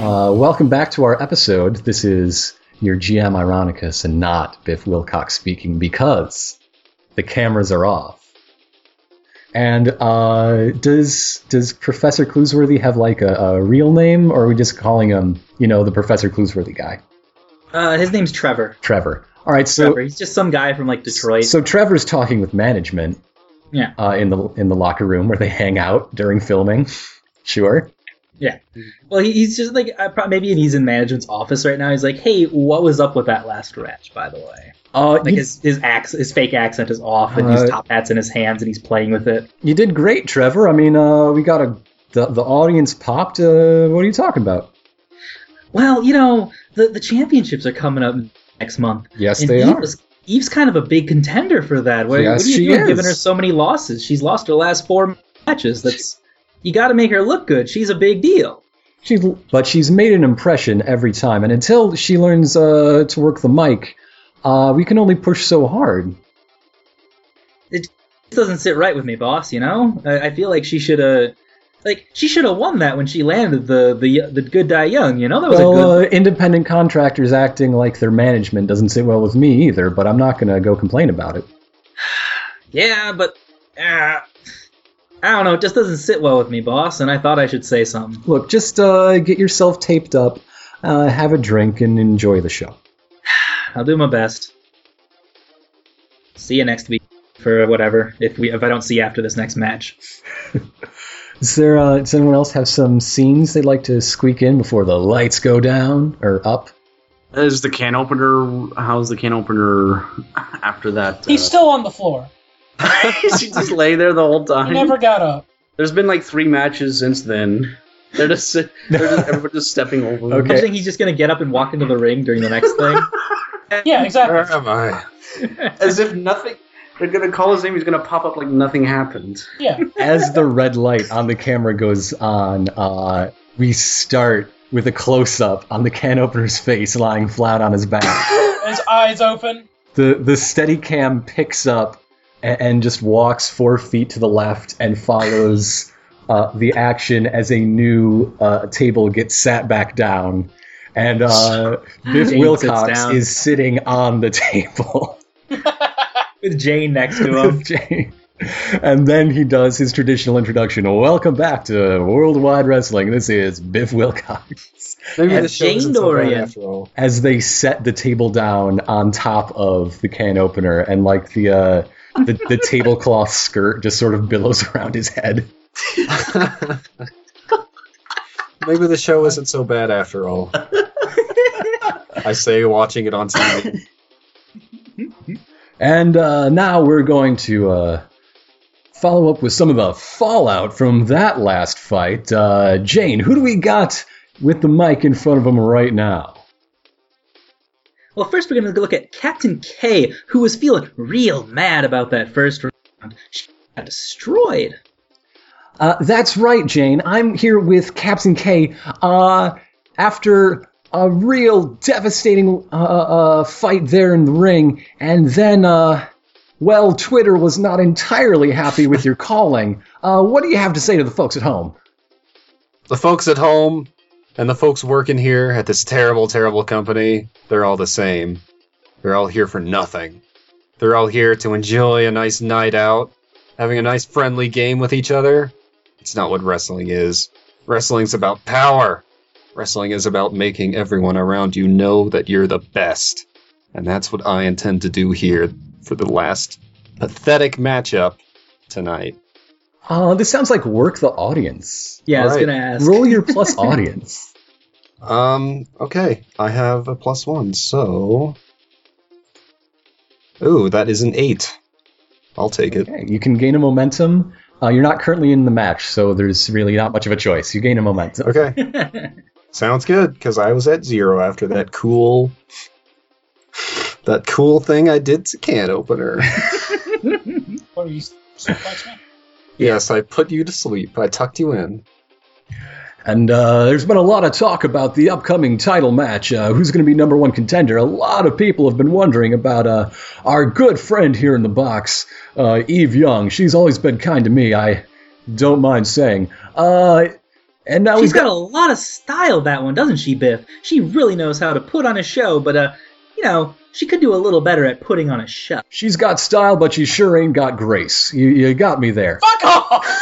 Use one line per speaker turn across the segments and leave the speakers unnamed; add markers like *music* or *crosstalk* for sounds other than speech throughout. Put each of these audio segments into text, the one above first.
Uh, welcome back to our episode. This is your GM Ironicus and not Biff Wilcox speaking because the cameras are off. And uh, does does Professor Cluesworthy have like a, a real name, or are we just calling him, you know, the Professor Cluesworthy guy,
Uh, his name's Trevor.
Trevor? All right, so
Trevor. He's just some guy from like Detroit.
So Trevor's talking with management.
Yeah.
Uh, in the in the locker room where they hang out during filming. *laughs* Sure.
well, he, he's just like uh, prob- maybe he's in management's office right now. He's like, hey, what was up with that last wretch, by the way?
Uh,
Like
you,
his his accent, his fake accent is off, and his
Right.
top hat's in his hands, and he's playing with it.
you did great, Trevor. I mean, uh, we got a the, the audience popped. Uh, what are you talking about?
Well, you know, the the championships are coming up next month,
Yes,
and
they
Eve
are.
was- Eve's kind of a big contender for that. What,
Yes,
what are you
she
doing,
is.
giving her so many losses? She's lost her last four matches. That's you got to make her look good. She's a big deal.
She's, but she's made an impression every time, and until she learns uh, to work the mic, uh, we can only push so hard.
this doesn't sit right with me, boss. You know, I, I feel like she should have, like she should have won that when she landed the the the good die young. You know, that was
Well,
a good.
uh, independent contractors acting like their management doesn't sit well with me either, but I'm not gonna go complain about it.
yeah, but uh, I don't know. It just doesn't sit well with me, boss. And I thought I should say something.
Look, just uh, get yourself taped up, uh, have a drink, and enjoy the show.
I'll do my best. See you next week for whatever. If we if I don't see you after this next match,
Is there? Uh, does anyone else have some scenes they'd like to squeak in before the lights go down or up?
Is the can opener? How's the can opener after that? uh,
Uh,
He's still on the floor.
*laughs* she
*laughs*
just lay there the whole
He
time.
never got up.
There's been like three matches since then. They're just, they're just everyone just stepping over. them.
Okay.
I think he's just gonna get up and walk into the ring during the next thing.
*laughs*
*laughs*
Yeah, exactly.
Where
Uh, um,
am I? As if nothing. They're gonna call his name. He's gonna pop up like nothing happened.
Yeah.
As the red light on the camera goes on, uh, we start with a close up on the can opener's face lying flat on his back.
His eyes open.
the the steady cam picks up and, and just walks four feet to the left and follows uh, the action as a new uh, table gets sat back down. And uh, Biff
Jane sits
Wilcox
down.
is sitting on the *laughs* table.
with Jane
*laughs*
next to him.
Jane- and then he does his traditional introduction. Welcome back to Worldwide Wrestling. This is Biff Wilcox.
Maybe
As
the show
Jane
isn't so bad
Dorian.
after all. *laughs*
As they set the table down on top of the can opener, and like the uh, the, the tablecloth skirt just sort of billows around his head.
Maybe the show isn't so bad after
*laughs*
all. I say watching it on TV.
And uh, now we're going to uh, follow up with some of the fallout from that last fight. Uh, Jane, who do we got with the mic in front of him right now?
Well, first we're going to look at Captain K, who was feeling real mad about that first round. She got destroyed.
Uh, that's right, Jane. I'm here with Captain K. Uh, after a real devastating uh, uh, fight there in the ring, and then, uh, well, Twitter was not entirely happy with your calling. Uh, what do you have to say to the folks at home?
The folks at home and the folks working here at this terrible, terrible company, they're all the same. They're all here for nothing. They're all here to enjoy a nice night out, having a nice friendly game with each other. It's not what wrestling is. Wrestling's about power. Wrestling is about making everyone around you know that you're the best. And that's what I intend to do here for the last pathetic matchup tonight.
Uh, this sounds like work the audience.
Yeah, I was
Right.
going to ask.
Roll your plus audience.
Um, okay. I have a plus one, so. Ooh, that is an eight. I'll take it.
Okay, you can gain a momentum. Uh, you're not currently in the match, so there's really not much of a choice. You gain a momentum.
Okay. Sounds good, because I was at zero after that cool. That cool thing I did to can opener.
What are you? suplex me?
yes, I put you to sleep. I tucked you in.
And uh, there's been a lot of talk about the upcoming title match. Uh, who's going to be number one contender? A lot of people have been wondering about uh, our good friend here in the box, uh, Eve Young. She's always been kind to me. I don't mind saying. Uh, And now
She's
we've
got a lot of style, that one, doesn't she, Biff? She really knows how to put on a show, but, uh, you know, she could do a little better at putting on a show.
she's got style, but she sure ain't got grace. You you got me there.
Fuck off!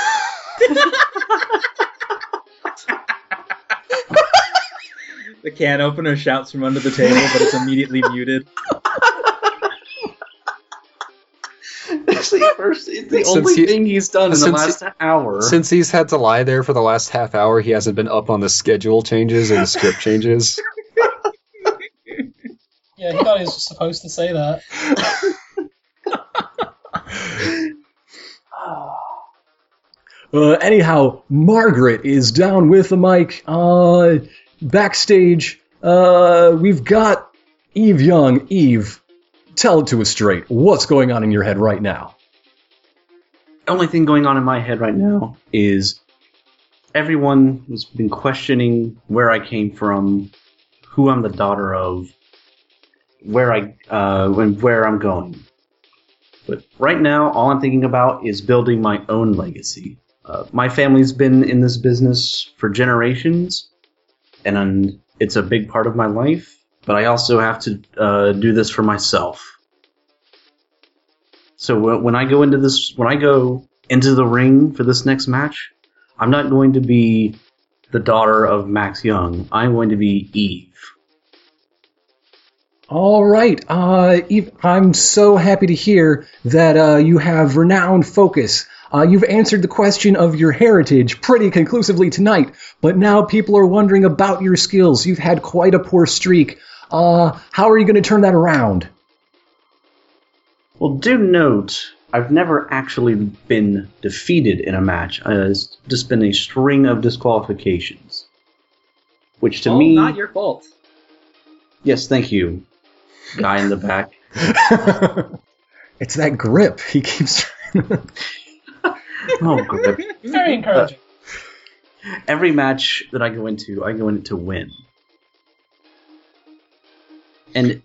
The can opener shouts from under the table, but it's immediately *laughs* muted.
*laughs* It's the first. It's the
Since
only
he-
thing he's done in the
since
last hour.
Since he's had to lie there for the last half hour, he hasn't been up on the schedule changes or the script changes.
Yeah, he thought he was supposed to say that.
Uh, anyhow, Margaret is down with the mic. Uh, backstage, uh, we've got Eve Young. Eve, tell it to us straight. What's going on in your head right now?
the only thing going on in my head right now is everyone has been questioning where I came from, who I'm the daughter of, where I uh, and where I'm going. But right now, all I'm thinking about is building my own legacy. Uh, my family's been in this business for generations, and I'm- it's a big part of my life. But I also have to uh, do this for myself. So wh- when I go into this, when I go into the ring for this next match, I'm not going to be the daughter of Max Young. I'm going to be Eve.
All right, uh, Eve, I'm so happy to hear that uh, you have renowned focus. Uh, you've answered the question of your heritage pretty conclusively tonight, but now people are wondering about your skills. You've had quite a poor streak. Uh, how are you going to turn that around?
Well, do note, I've never actually been defeated in a match. Uh, it's just been a string of disqualifications, which to
All
me,
Oh, not your fault.
yes, thank you, guy in the back.
*laughs*
*laughs* it's that grip. He keeps.
Oh, grip.
*laughs*
Very encouraging.
every match that I go into, I go in to win. And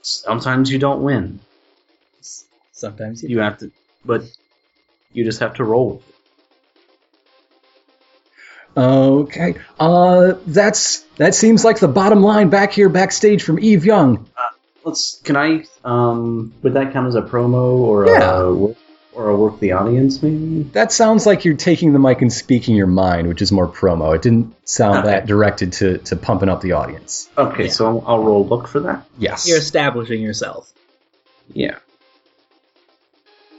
sometimes you don't win.
Sometimes you
You have to, but you just have to roll.
*laughs* okay. Uh, that's that seems like the bottom line back here backstage from Eve Young.
Let's. Can I? Um, would that count as a promo or
Yeah.
a work, or a work the audience maybe?
That sounds like you're taking the mic and speaking your mind, which is more promo. It didn't sound
Okay.
that directed to to pumping up the audience.
Okay,
Yeah.
so I'll, I'll roll look for that.
Yes.
You're establishing yourself.
Yeah.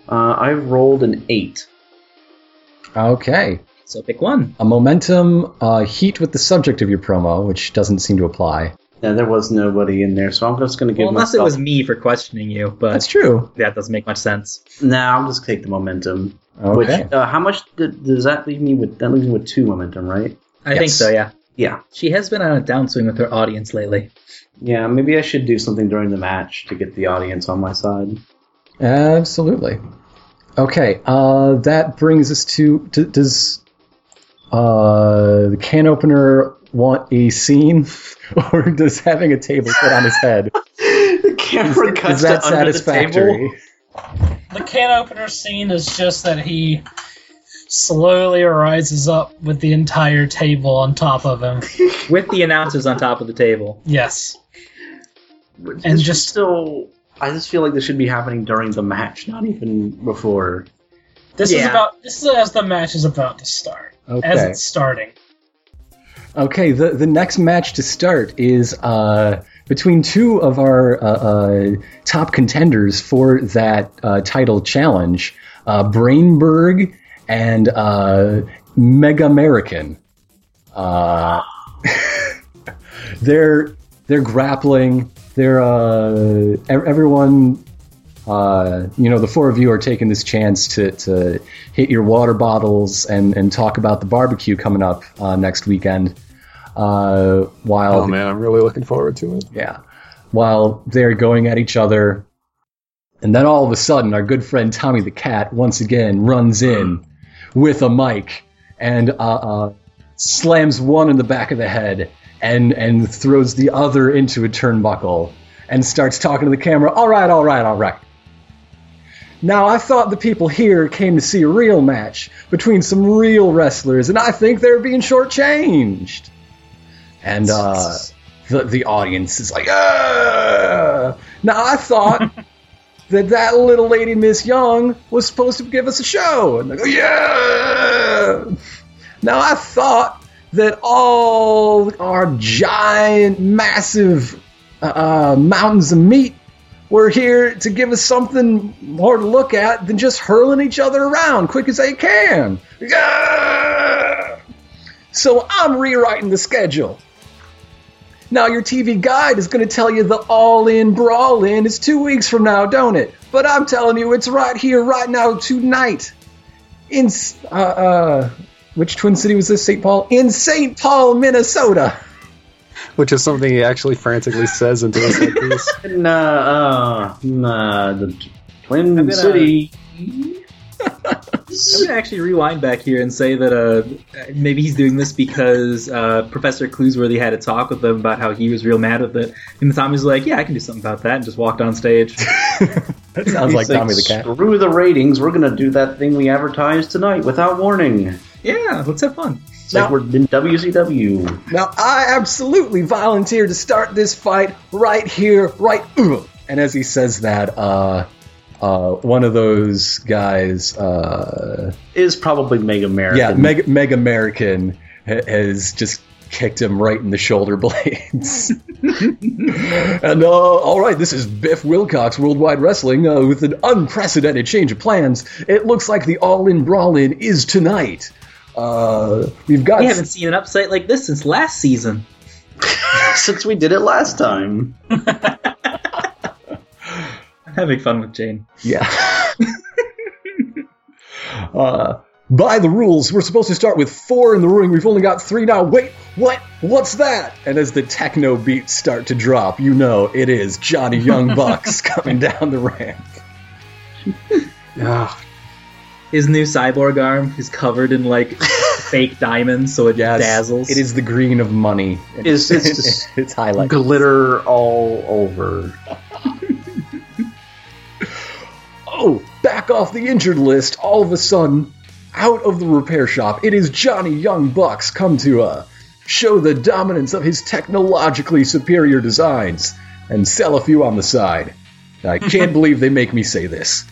Uh, I've rolled an eight.
Okay.
So pick one.
A momentum uh, heat with the subject of your promo, which doesn't seem to apply.
Now there was nobody in there, so I'm just gonna give
Well, unless
myself.
it was me for questioning you, but
That's true.
that doesn't make much sense.
Nah, I'll just take the momentum.
Okay.
Which, uh, how much did, does that leave me with? That leaves me with two momentum, right?
I
Yes.
think so, yeah.
Yeah.
She has been on a downswing with her audience lately.
Yeah, maybe I should do something during the match to get the audience on my side.
Absolutely. Okay, uh, that brings us to, d does uh, the can opener want a scene, *laughs* or does having a table put on his head
*laughs* the camera
is that satisfactory?
The can opener scene is just that he slowly rises up with the entire table on top of him.
With the announcers on top of
*laughs*
the table.
Yes.
And
And
just
just-
still, I just feel like this should be happening during the match, not even before.
This is
Yeah.
about this is as the match is about to start. As
Okay.
it's starting.
Okay. The the next match to start is uh, between two of our uh, uh, top contenders for that uh, title challenge, uh, Brainberg and uh, Mega American. Uh, they're they're grappling. They're uh, ev- everyone. Uh, you know, the four of you are taking this chance to, to hit your water bottles and, and talk about the barbecue coming up uh, next weekend. Uh, while
Oh man, I'm really looking forward to it.
yeah. While they're going at each other. And then all of a sudden, our good friend Tommy the Cat once again runs in with a mic and uh, uh, slams one in the back of the head and, and throws the other into a turnbuckle and starts talking to the camera. All right, all right, all right. Now, I thought the people here came to see a real match between some real wrestlers, and I think they're being shortchanged. And uh, the, the audience is like, ah! Now, I thought that that little lady, Miss Young, was supposed to give us a show. And they go, yeah! Now, I thought that all our giant, massive uh, mountains of meat were here to give us something more to look at than just hurling each other around quick as they can. Yeah! So I'm rewriting the schedule. Now, your TV guide is going to tell you the all in brawl in is two weeks from now, don't it? But I'm telling you, it's right here, right now, tonight. In, S- uh, uh, which Twin City was this? St. Paul? In St. Paul, Minnesota.
Which is something he actually frantically says into us like this.
*laughs* In, uh, uh, in, uh, the Twin
gonna-
City.
I'm gonna actually rewind back here and say that uh, maybe he's doing this because uh, Professor Cluesworthy had a talk with him about how he was real mad with it, and Tommy's like, "Yeah, I can do something about that," and just walked
*laughs*
on stage.
That sounds
He's
like Tommy the Cat.
Screw the ratings. We're gonna do that thing we advertised tonight without warning.
yeah, let's have fun.
It's like we're in WCW.
Now, I absolutely volunteer to start this fight right here, right. Ugh. And as he says that, uh, uh, one of those guys, uh,
Is probably Mega American.
yeah, Meg, Meg American, ha- has just kicked him right in the shoulder *laughs* blades. and uh, all right, this is Biff Wilcox, Worldwide Wrestling, uh, with an unprecedented change of plans. It looks like the all-in brawl-in is tonight. Uh, we've got
We haven't seen an upside like this since last season.
since we did it last time.
I'm having fun with Jane.
Yeah. *laughs* uh, by the rules, we're supposed to start with four in the ring. We've only got three now. Wait, what? What's that? And as the techno beats start to drop, you know it is Johnny Young
*laughs*
Bucks coming down the ramp.
Ah,
His new cyborg arm is covered
*laughs*
in like fake diamonds, so it
Yes,
dazzles.
it is the green of money.
It's- it's just
*laughs* it's highlight.
Glitter all over.
Oh, back off the injured list. All of a sudden, out of the repair shop, it is Johnny Young Bucks come to uh, show the dominance of his technologically superior designs and sell a few on the side. I can't believe they make me say this.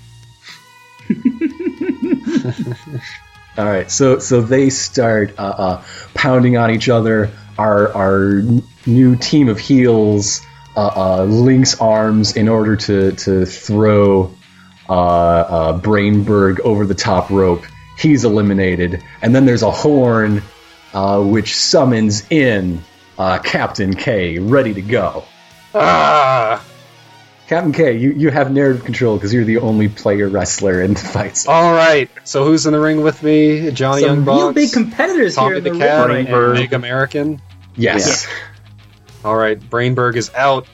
All right, so so they start uh, uh, pounding on each other. Our our n- new team of heels uh, uh, links arms in order to to throw uh, uh, Brainberg over the top rope. He's eliminated, and then there's a horn uh, which summons in uh, Captain K, ready to go.
ah,
Captain K, you, you have narrative control because you're the only player wrestler in the fights.
all right. So who's in the ring with me? Johnny
Some
Young
real
Bucks,
big competitors
Tommy
here in
the,
the,
Cat,
ring. Right
and Big American.
Yes.
All right, Brainberg is out.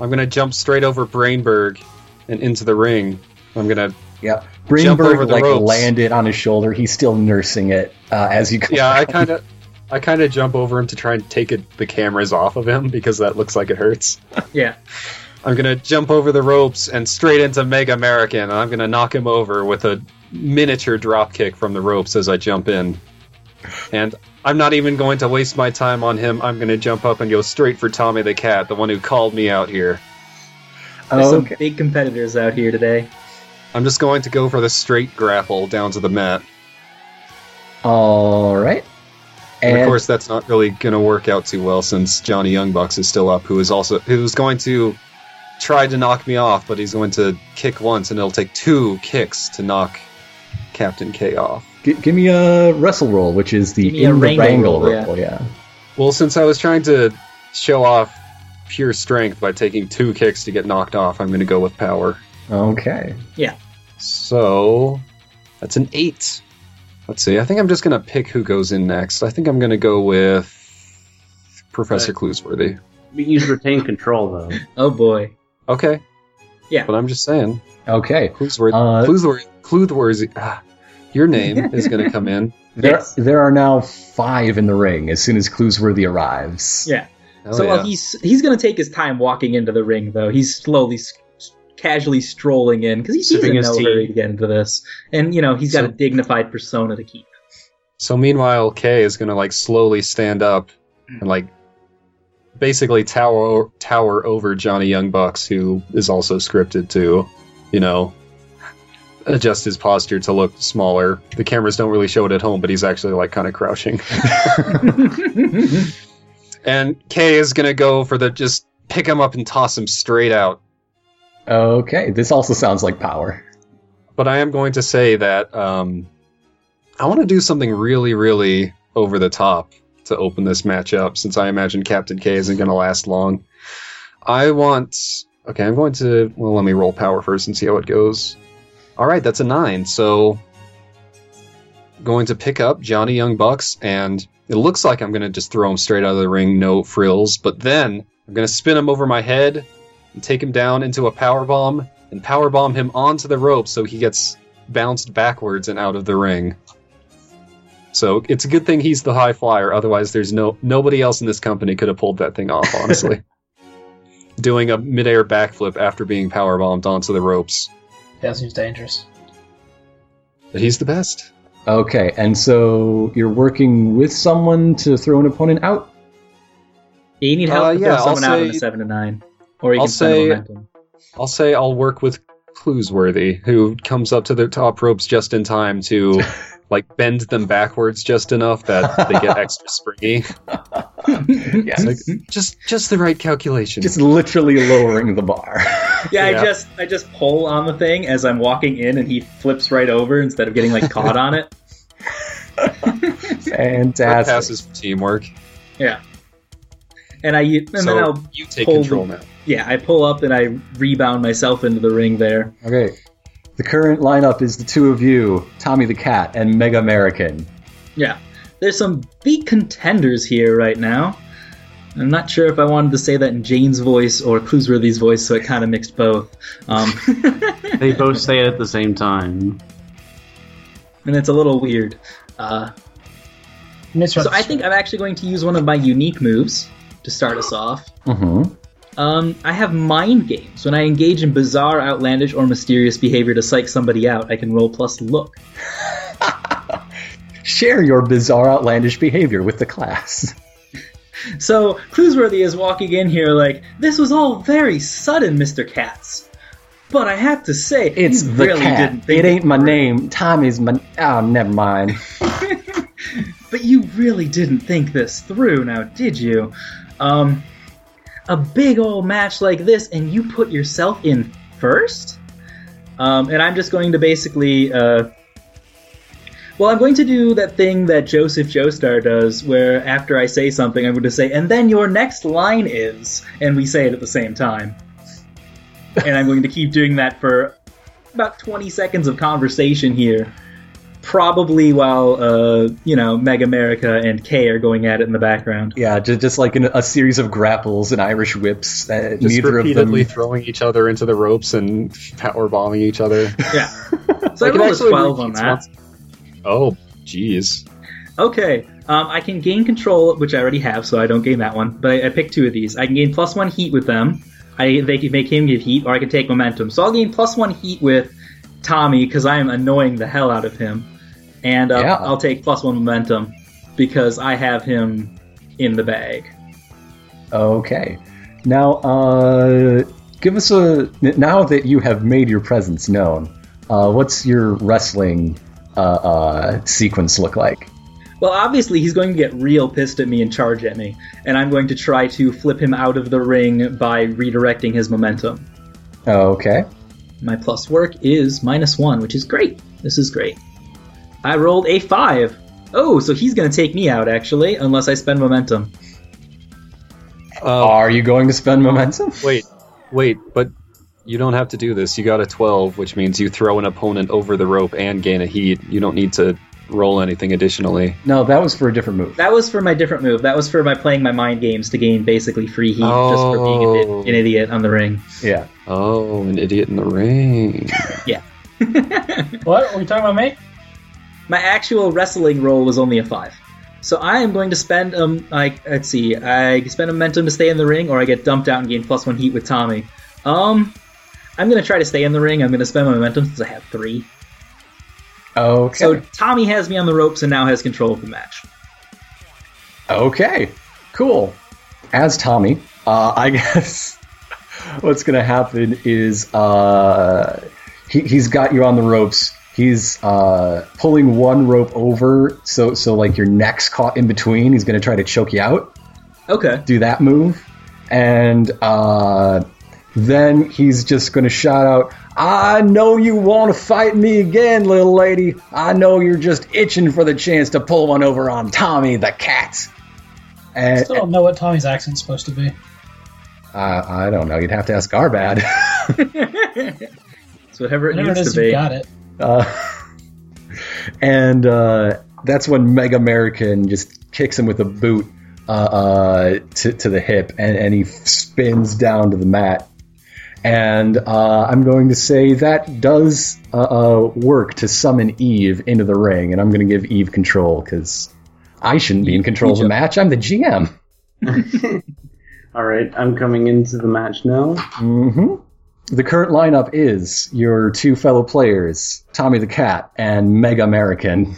I'm gonna jump straight over Brainberg and into the ring. I'm gonna
Yeah.
Jump over
Brainberg
the
like
ropes.
landed on his shoulder. He's still nursing it uh, as you go.
yeah, I kind of. I kind of jump over him to try and take it, the cameras off of him because that looks like it hurts.
now. Yeah,
I'm gonna jump over the ropes and straight into Mega American, and I'm gonna knock him over with a miniature drop kick from the ropes as I jump in. And I'm not even going to waste my time on him. I'm gonna jump up and go straight for Tommy the Cat, the one who called me out here.
there's
Oh,
some big competitors out here today.
I'm just going to go for the straight grapple down to the mat.
All right.
And,
And
of course, that's not really going to work out too well since Johnny Young Bucks is still up, who is also who's going to try to knock me off, but he's going to kick once, and it'll take two kicks to knock Captain K off.
gi- give me a wrestle roll, which is the
Give me a
in the
wrangle
wrangle
roll, yeah.
roll. Yeah.
Well, since I was trying to show off pure strength by taking two kicks to get knocked off, I'm going to go with power.
Okay.
So that's an eight. Let's see. I think I'm just going to pick who goes in next. I think I'm going to go with Professor Cluesworthy.
We use retain control though.
Oh boy.
Okay.
Yeah.
But I'm just saying,
Okay.
Cluesworthy,
Uh,
Cluesworthy, Cluesworthy, ah, your name is going to
*laughs*
come in.
There,
Yes.
there are now five in the ring as soon as Cluesworthy arrives.
Yeah.
Hell
so
Oh, yeah.
uh, he's he's gonna take his time walking into the ring, though. He's slowly s- casually strolling in because he's, he's in
Sipping his
no
tea.
hurry to get into this, and you know he's got
So-
a dignified persona to keep.
So meanwhile, Kay is gonna like slowly stand up and like basically tower tower over Johnny Young Bucks, who is also scripted to, you know, adjust his posture to look smaller. The cameras don't really show it at home, but he's actually like kind of crouching. *laughs* And Kay is gonna go for the just pick him up and toss him straight out.
Okay, this also sounds like power.
But I am going to say that um, I want to do something really, really over the top to open this match up, since I imagine Captain K isn't going to last long. I want. Okay, I'm going to. Well, let me roll power first and see how it goes. All right, that's a nine. So, going to pick up Johnny Young Bucks, and it looks like I'm going to just throw him straight out of the ring, no frills. But then I'm going to spin him over my head and take him down into a power bomb and power bomb him onto the rope so he gets bounced backwards and out of the ring. So it's a good thing he's the high flyer, otherwise there's no nobody else in this company could have pulled that thing off, honestly. Doing a midair backflip after being power bombed onto the ropes.
That seems dangerous.
But he's the best.
Okay, and so you're working with someone to throw an opponent out?
you need help
Uh,
to
yeah,
throw
I'll
someone out on a
say-
seven to nine, or you
I'll
can spend
say-
momentum.
I'll say I'll work with Cluesworthy, who comes up to the top ropes just in time to like bend them backwards just enough that they get extra springy.
yes.
It's like, just just the right calculation.
Just literally lowering the
*laughs*
bar.
Yeah,
Yeah.
I just I just pull on the thing as I'm walking in, and he flips right over instead of getting like caught on it.
that
Fantastic.
passes for teamwork.
And I and
So-
then I'll
You take
Pull
control now.
yeah I pull up and I rebound myself into the ring there.
Okay. The current lineup is the two of you, Tommy the Cat, and Mega American.
Yeah, there's some big contenders here right now. I'm not sure if I wanted to say that in Jane's voice or Cluesworthy's voice, so it kind of mixed both. Um,
They both say it at the same time.
and it's a little weird. Uh, so I think I'm actually going to use one of my unique moves to start us off.
Mm-hmm.
Um, I have mind games. When I engage in bizarre, outlandish, or mysterious behavior to psych somebody out, I can roll plus look.
Share your bizarre, outlandish behavior with the class.
So Cluesworthy is walking in here like, "This was all very sudden, Mister Katz." But I have to say,
It's
you
the
really
cat.
didn't think
it ain't my name. Tommy's my. Oh, never mind.
But you really didn't think this through, now did you? Um, a big old match like this, and you put yourself in first? Um, and I'm just going to basically. Uh, well, I'm going to do that thing that Joseph Joestar does, where after I say something, I'm going to say, and then your next line is, and we say it at the same time. and I'm going to keep doing that for about 20 seconds of conversation here probably while uh, you know Meg America and Kay are going at it in
*laughs*
the background.
Yeah, just, just like in a series of grapples and Irish whips. Uh,
Just
neither of them.
repeatedly throwing each other into the ropes and power bombing each *laughs* other.
Yeah. So I
Like, it
rolled a
actually
twelve on
repeats
that.
once- Oh, jeez.
Okay. Um, I can gain control, which I already have, so I don't gain that one. But I, I picked two of these. I can gain plus one heat with them. I they can make him give heat, or I can take momentum. So I'll gain plus one heat with Tommy because I am annoying the hell out of him, and uh,
Yeah.
I'll take plus one momentum because I have him in the bag.
Okay. Now, uh, give us a. Now that you have made your presence known, uh, what's your wrestling uh, uh, sequence look like?
Well, obviously, he's going to get real pissed at me and charge at me, and I'm going to try to flip him out of the ring by redirecting his momentum.
Okay.
My plus work is minus one, which is great. This is great. I rolled a five. Oh, so he's going to take me out, actually, unless I spend momentum.
Uh,
Are you going to spend momentum?
wait, wait, but you don't have to do this. You got a 12, which means you throw an opponent over the rope and gain a heat. You don't need to roll anything additionally.
No, that was for a different move.
That was for my different move. That was for my playing my mind games to gain basically free heat just for being an,
Oh.
i- an idiot on the ring.
Yeah.
Oh, an idiot in the *laughs* ring.
What? Are we talking about me?
My actual wrestling roll was only a five. So I am going to spend um like let's see, I spend momentum to stay in the ring or I get dumped out and gain plus one heat with Tommy. Um I'm going to try to stay in the ring. I'm going to spend my momentum since I have three.
Okay.
So Tommy has me on the ropes and now has control of the match.
Okay, cool. As Tommy, uh, I *laughs* guess what's going to happen is uh, he, he's got you on the ropes. He's uh, pulling one rope over, so so like your neck's caught in between. He's going to try to choke you out.
Okay.
Do that move, and uh, then he's just going to shout out, "I know you want to fight me again, little lady. I know you're just itching for the chance to pull one over on Tommy the cat." And,
Still don't know what Tommy's accent's supposed to be.
uh, I don't know. You'd have to ask *laughs* Garbad.
it's whatever it
Whatever it
needs
is,
to
you
be.
got it.
Uh, and uh, that's when Mega American just kicks him with a boot uh, uh, to, to the hip, and, and he spins down to the mat. And uh, I'm going to say that does uh, uh, work to summon Eve into the ring, and I'm going to give Eve control because I shouldn't be in control of the match. I'm the GM.
All right, I'm coming into the match now.
hmm The current lineup is your two fellow players, Tommy the Cat and Mega American.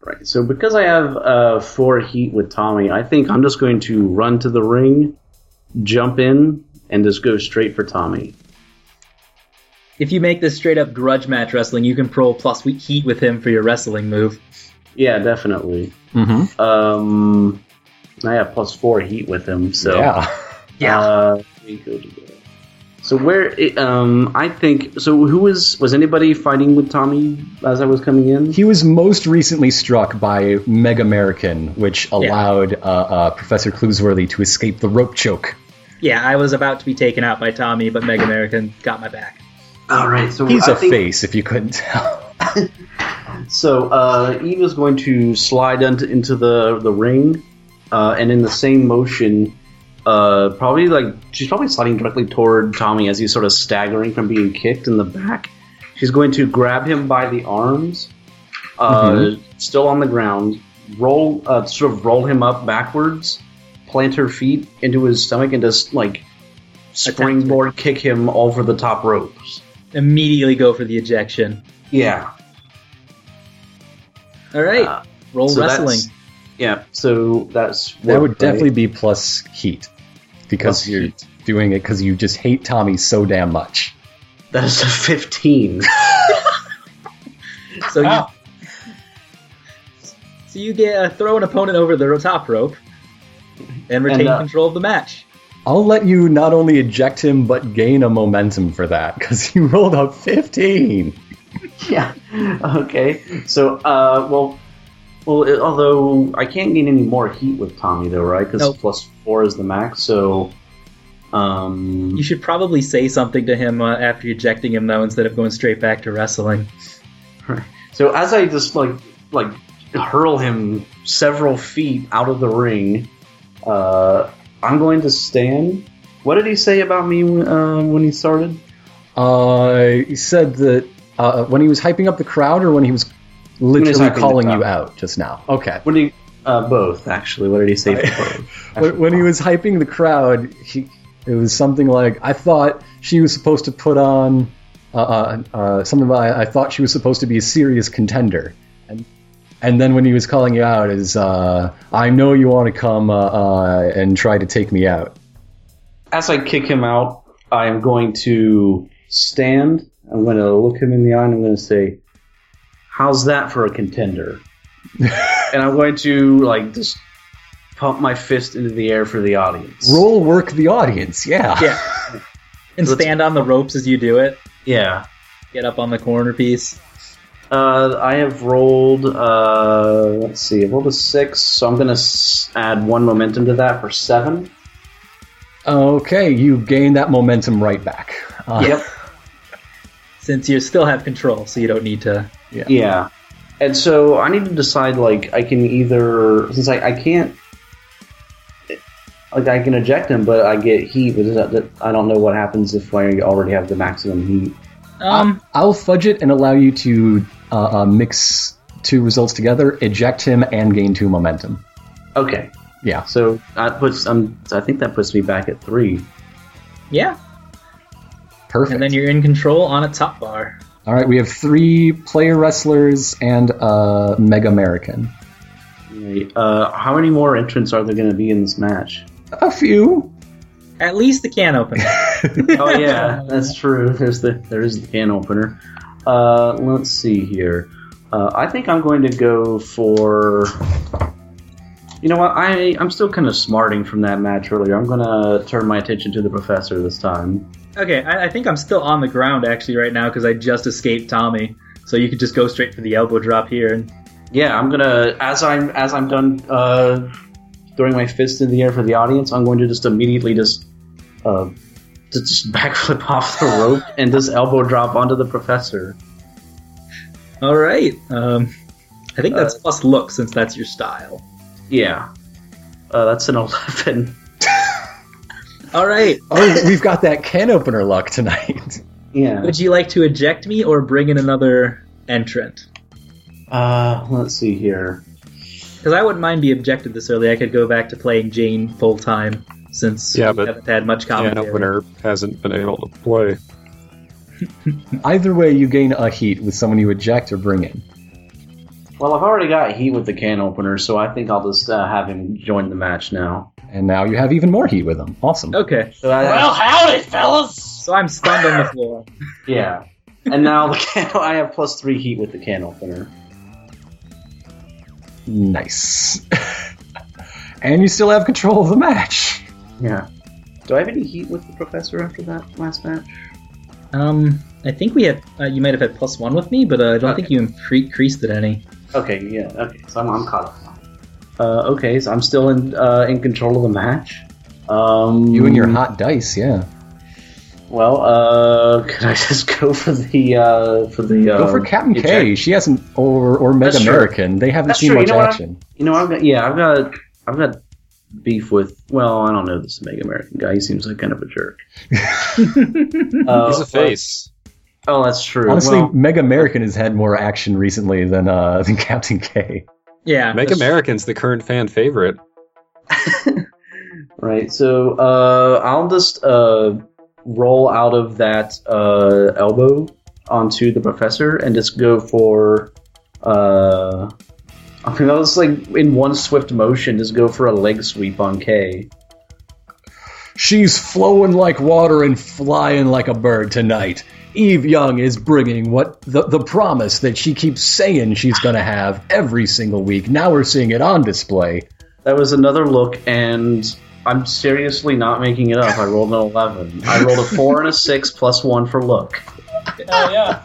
Right. So because I have uh, four heat with Tommy, I think I'm just going to run to the ring, jump in, and just go straight for Tommy.
If you make this straight up grudge match wrestling, you can pro plus we- heat with him for your wrestling move.
Yeah, definitely.
Mm-hmm.
Um, I have plus four heat with him, so
Yeah.
Uh, we go to the- so where? It, um, I think so. Who was was anybody fighting with Tommy as I was coming in?
He was most recently struck by Mega American, which allowed uh, uh, Professor Cluesworthy to escape the rope choke.
Yeah, I was about to be taken out by Tommy, but Mega American got my back.
All right. So
He's
a
a face, if you couldn't
*laughs*
tell.
So uh, Eve is going to slide into, into the the ring, uh, and in the same motion, uh, probably like she's probably sliding directly toward Tommy as he's sort of staggering from being kicked in the back. She's going to grab him by the arms, uh, still on the ground, roll uh, sort of roll him up backwards, plant her feet into his stomach, and just like springboard kick him over the top ropes.
Immediately go for the ejection.
Yeah.
All right,
Uh,
roll
So that's-
wrestling.
Yeah, so that's
That would
right?
definitely be plus heat, because
Plus
you're
heat.
doing it because you just hate Tommy so damn much.
That is a 15.
So you,
Ah.
Wow.
so you get uh, throw an opponent over the top rope and retain
And, uh,
control of the match.
I'll let you not only eject him, but gain a momentum for that, because you *laughs* rolled a 15.
*laughs* yeah. Okay. So, uh, well, well, it- although I can't gain any more heat with Tommy, though, right? Because
Nope.
plus four is the max. So, um,
You should probably say something to him uh, after ejecting him, though, instead of going straight back to wrestling.
so as I just like like hurl him several feet out of the ring, uh, I'm going to stand. What did he say about me um, when he started?
Uh, he said that uh, when he was hyping up the crowd, or when he was
he was
literally
hyping the
calling you
crowd.
out just now. Okay.
When he uh, both actually. What did he say?
I-
for both?
When, when he was hyping the crowd, he, it was something like, I thought she was supposed to put on uh, uh, uh, something about, I thought she was supposed to be a serious contender. And, and then when he was calling you out, is, uh, I know you want to come uh, uh, and try to take me out.
as I kick him out, I am going to stand. I'm going to look him in the eye and I'm going to say, "How's that for a contender?" and I'm going to like just pump my fist into the air for the audience.
Roll work the audience, yeah.
Yeah. *laughs* and
Let's-
stand on the ropes as you do it.
Yeah.
Get up on the corner piece.
Uh, I have rolled. Uh, let's see. I rolled a six, so I'm going to s- add one momentum to that for seven.
Okay, you gain that momentum right back. Uh,
Since you still have control, so you don't need to.
Yeah. And so I need to decide, like, I can either. Since I, I can't. Like, I can eject him, but I get heat, but is that- that- I don't know what happens if I already have the maximum heat.
Um,
Ah.
I'll fudge it and allow you to uh, uh, mix two results together, eject him, and gain two momentum.
Okay.
Yeah.
So that puts. Um, so I think that puts me back at three.
yeah.
Perfect.
and then you're in control on a top bar.
All right, we have three player wrestlers and a Mega American.
Right. Uh, how many more entrants are there going to be in this match?
A few.
At least the can opener.
*laughs* oh yeah, that's true. There's the there is the can opener. Uh, let's see here. Uh, I think I'm going to go for. You know what? I I'm still kind of smarting from that match earlier. I'm gonna turn my attention to the professor this time.
Okay, I, I think I'm still on the ground actually right now because I just escaped Tommy. So you could just go straight for the elbow drop here. And
Yeah, I'm gonna as I'm as I'm done uh, throwing my fist in the air for the audience. I'm going to just immediately just uh, just *laughs* backflip off the rope and just elbow drop onto the professor.
all right, um, I think that's plus look since that's your style.
Yeah, uh, that's an *laughs* eleven.
All right,
Oh, we've got that can opener luck tonight.
Yeah.
would you like to eject me or bring in another entrant?
Uh, let's see here.
Because I wouldn't mind be objected this early. I could go back to playing Jane full time since
Yeah,
we
but-
haven't had much
Can
commentary.
opener hasn't been able to play.
*laughs* Either way, you gain a heat with someone you eject or bring in.
Well, I've already got heat with the can opener, so I think I'll just uh, have him join the match now.
And now you have even more heat with them. Awesome.
Okay,
So I,
Well, howdy, fellas!
so I'm stunned on the floor.
yeah. And now the can, *laughs* I have plus three heat with the can opener.
Nice. *laughs* and you still have control of the match.
Yeah. Do I have any heat with the professor after that last match?
Um, I think we had uh, you might have had plus one with me, but uh, I don't think you increased it any.
Okay, yeah. Okay, so I'm, I'm caught up now. Uh, okay, so I'm still in uh, in control of the match. Um,
You and your hot dice, yeah.
Well, uh, *laughs* could I just go for the uh, for the uh,
Go for Captain K. She hasn't, or or Mega
That's true.
American. They haven't
That's
seen
true. You
much
know what?
action.
You know, I've got yeah, I've got I've got beef with. Well, I don't know this Mega American guy. He seems like kind of a jerk. uh,
He's a face.
Oh, that's true.
Honestly,
well,
Mega American has had more action recently than uh, *laughs* than Captain K.
Yeah,
Make
that's-
Americans the current fan favorite.
right. So uh, I'll just uh, roll out of that uh, elbow onto the professor and just go for. Uh, *laughs* I mean, I'll just like in one swift motion, just go for a leg sweep on K.
She's flowing like water and flying like a bird tonight. Eve Young is bringing what the, the promise that she keeps saying she's going to have every single week. Now we're seeing it on display.
That was another look, and I'm seriously not making it up. I rolled an 11. I rolled a 4 and a 6 plus 1 for look.
Hell yeah.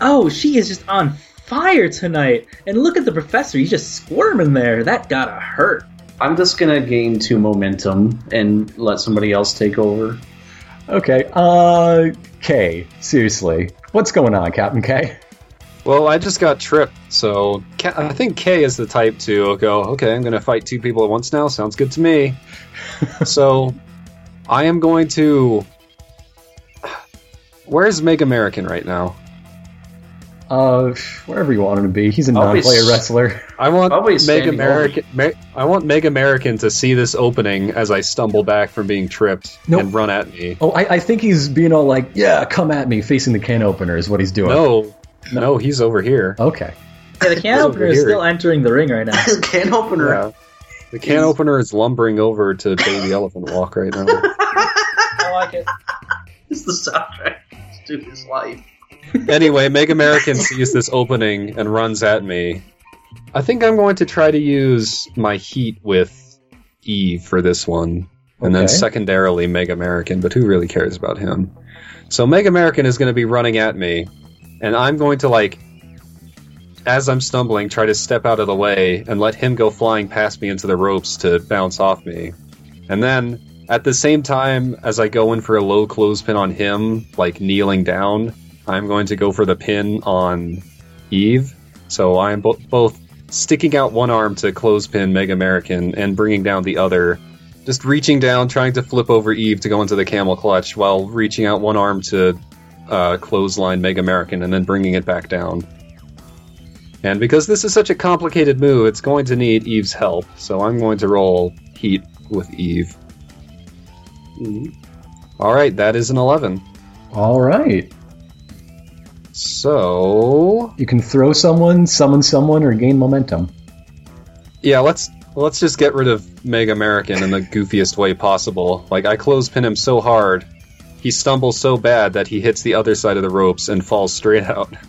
Oh, she is just on fire tonight. And look at the professor; he's just squirming there. That gotta hurt.
I'm just going to gain 2 momentum and let somebody else take over. *laughs*
Okay, uh, K, seriously. What's going on, Captain K?
Well, I just got tripped, so Ka- I think K is the type to go, okay, I'm going to fight two people at once now. Sounds good
*laughs*
to me. so I am going to. Where's Meg American right now?
Uh, wherever you want him to be. He's a
I'll be
non player
s-
wrestler.
I want
Probably
Meg
standing
American. Ma- I want Meg American to see this opening as I stumble back from being tripped
Nope.
and run at me.
Oh, I, I think he's being all like, yeah, come at me, facing the can opener is what he's doing.
No, no, he's over here.
Okay.
*laughs* Yeah, the can
Over
opener is
here.
still entering the ring right now.
Can opener.
Uh,
Yeah. The can opener is lumbering over to baby elephant walk right
*laughs*
now.
I like it.
It's the soundtrack to his life.
anyway, Meg American sees this opening and runs at me. I think I'm going to try to use my heat with Eve for this one. And then
Okay.
secondarily Meg American, but who really cares about him? So Meg American is going to be running at me, and I'm going to like as I'm stumbling, try to step out of the way and let him go flying past me into the ropes to bounce off me. And then at the same time as I go in for a low clothespin on him, like kneeling down, I'm going to go for the pin on Eve. So I'm bo- both sticking out one arm to clothespin Meg American and bringing down the other. Just reaching down, trying to flip over Eve to go into the camel clutch while reaching out one arm to uh, clothesline Meg American and then bringing it back down. And because this is such a complicated move, it's going to need Eve's help. So I'm going to roll Heat with Eve.
Mhm.
All right, that is an 11.
All right.
So,
You can throw someone, summon someone, or gain momentum.
yeah, let's let's just get rid of Mega American in the goofiest way possible. Like I clothespin him so hard, he stumbles so bad that he hits the other side of the ropes and falls straight out. *laughs*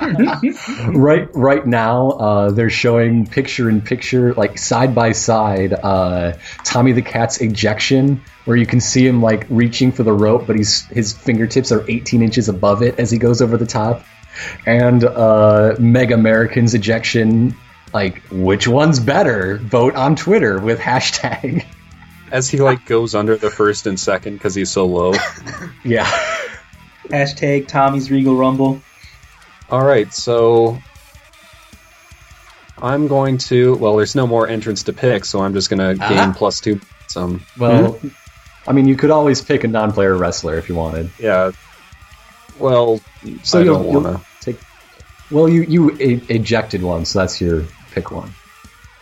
Right, right now, uh, they're showing picture in picture, like side by side, uh, Tommy the Cat's ejection, where you can see him like reaching for the rope, but he's his fingertips are 18 inches above it as he goes over the top, and uh, Meg American's ejection. Like, which one's better? Vote on Twitter with hashtag. *laughs*
As he like goes under the first and second because he's
*laughs*
so low.
yeah.
Hashtag Tommy's Regal Rumble.
All right, so I'm going to. Well, there's no more entrance to pick, so I'm just gonna
Uh-huh.
gain
Ah.
plus two. Some
Well, I mean, you could always pick a non-player wrestler if you wanted.
yeah. Well,
So
I
you'll-
don't
you'll-
wanna.
Well, you you e- ejected one, so that's your pick one.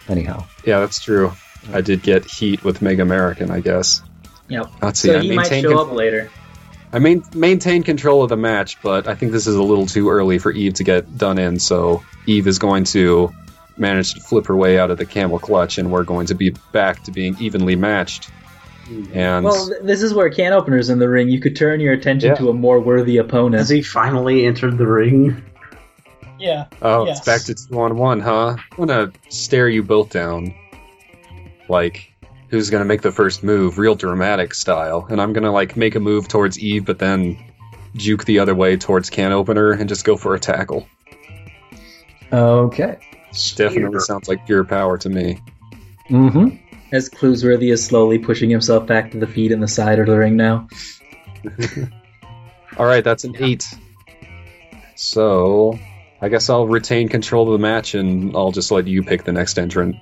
Anyhow,
Yeah, that's true. I did get heat with Mega American, I guess.
Yep.
Let's see.
So
I
he might
maintain
show
con-
up later.
I main- maintain control of the match, but I think this is a little too early for Eve to get done in. So Eve is going to manage to flip her way out of the camel clutch, and we're going to be back to being evenly matched. And
Well, th- this is where can openers in the ring. You could turn your attention
Yeah.
to a more worthy
Has
opponent.
he finally entered the ring?
Yeah.
Oh,
Yes.
it's back to two on one, huh? I'm gonna stare you both down. Like, who's gonna make the first move, real dramatic style. And I'm gonna, like, make a move towards Eve, but then juke the other way towards can opener and just go for a tackle.
okay.
Definitely sounds like pure power to me.
hmm
As Cluesworthy is slowly pushing himself back to the feet in the side of the ring now.
Alright, that's an eight. So, I guess I'll retain control of the match and I'll just let you pick the next entrant.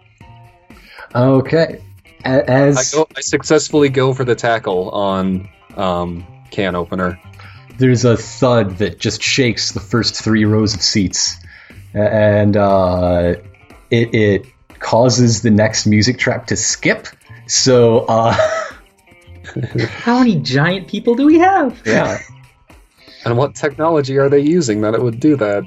Okay. A-
I,
As
go, I successfully go for the tackle on um, can opener.
there's a thud that just shakes the first three rows of seats, A- and uh, it it causes the next music track to skip. So uh,
How many giant people do we have?
yeah,
And what technology are they using that it would do that?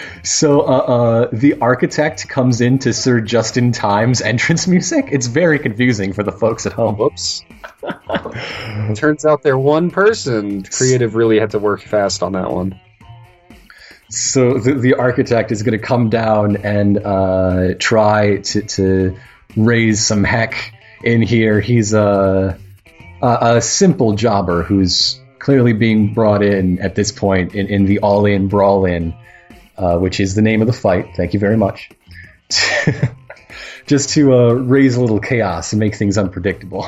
*laughs* so uh, uh, the architect comes into Sir Justin Time's entrance music. It's very confusing for the folks at home.
Whoops. Turns out they're one person. Creative really had to work fast on that one.
So the, the architect is going to come down and uh, try to, to raise some heck in here. He's a, a a simple jobber who's clearly being brought in at this point in, in the All In Brawl In, uh, which is the name of the fight. Thank you very much. *laughs* Just to uh, raise a little chaos and make things unpredictable.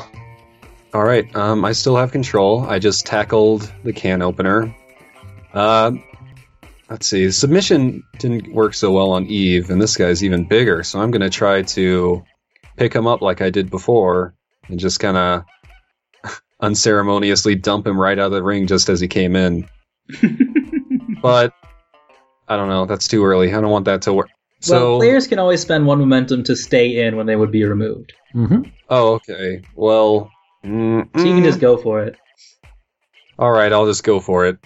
All right, um, I still have control. I just tackled the can opener. Uh, let's see. Submission didn't work so well on Eve, and this guy's even bigger, so I'm going to try to pick him up like I did before and just kind of *laughs* unceremoniously dump him right out of the ring just as he
*laughs*
came in. but I don't know. That's too early. I don't want that to work. So,
well, players can always spend one momentum to stay in when they would be removed.
Mm-hmm.
oh, okay. Well,
So you can
Mm-hmm.
just go for it.
All right, I'll just go for it.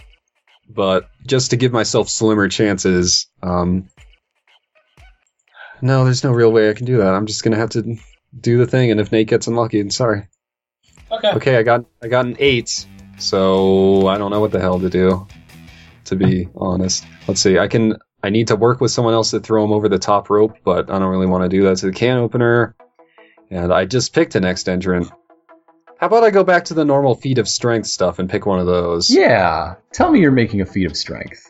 But just to give myself slimmer chances, um, no, there's no real way I can do that. I'm just gonna have to do the thing, and if Nate gets unlucky, I'm sorry.
Okay.
Okay, I got I got an eight, so I don't know what the hell to do. To be honest, let's see. I can I need to work with someone else to throw him over the top rope, but I don't really want to do that to the can opener. And I just picked the next entrant. How about I go back to the normal feat of strength stuff and pick one of those?
Yeah, tell me you're making a feat of strength.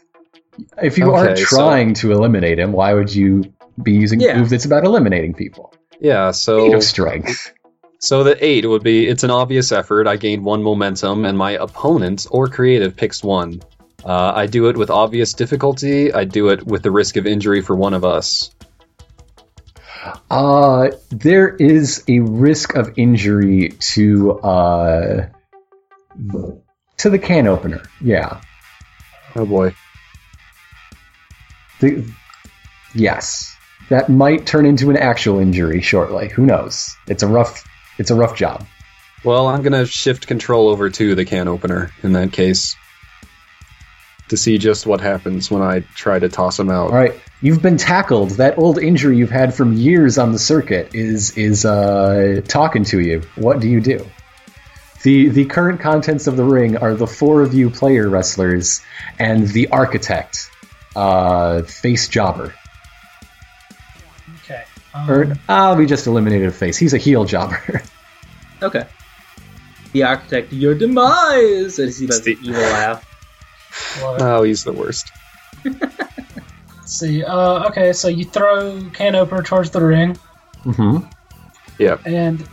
If you aren't
Okay, so-
trying to eliminate him, why would you be using a
Yeah.
move that's about eliminating people?
Yeah,
Feat
so
of strength.
so the eight would be it's an obvious effort. I gain one momentum, and my opponent or creative picks one. Uh, I do it with obvious difficulty. I do it with the risk of injury for one of us.
Uh, there is a risk of injury to uh, to the can opener. Yeah.
Oh boy.
The, yes, that might turn into an actual injury shortly. Who knows? It's a rough. It's a rough job.
Well, I'm gonna shift control over to the can opener in that case to see just what happens when I try to toss him out.
All right, you've been tackled. That old injury you've had from years on the circuit is is uh, talking to you. What do you do? The the current contents of the ring are the four of you player wrestlers and the architect, uh, face jobber.
Okay. Um,
Or ah, we just eliminated a face. He's a heel jobber. *laughs*
Okay. The architect, your demise! And he does the
Steve.
evil laugh.
love it.
Oh, he's the worst.
Let's see. Uh, okay, so you throw can opener towards the ring,
mm-hmm.
and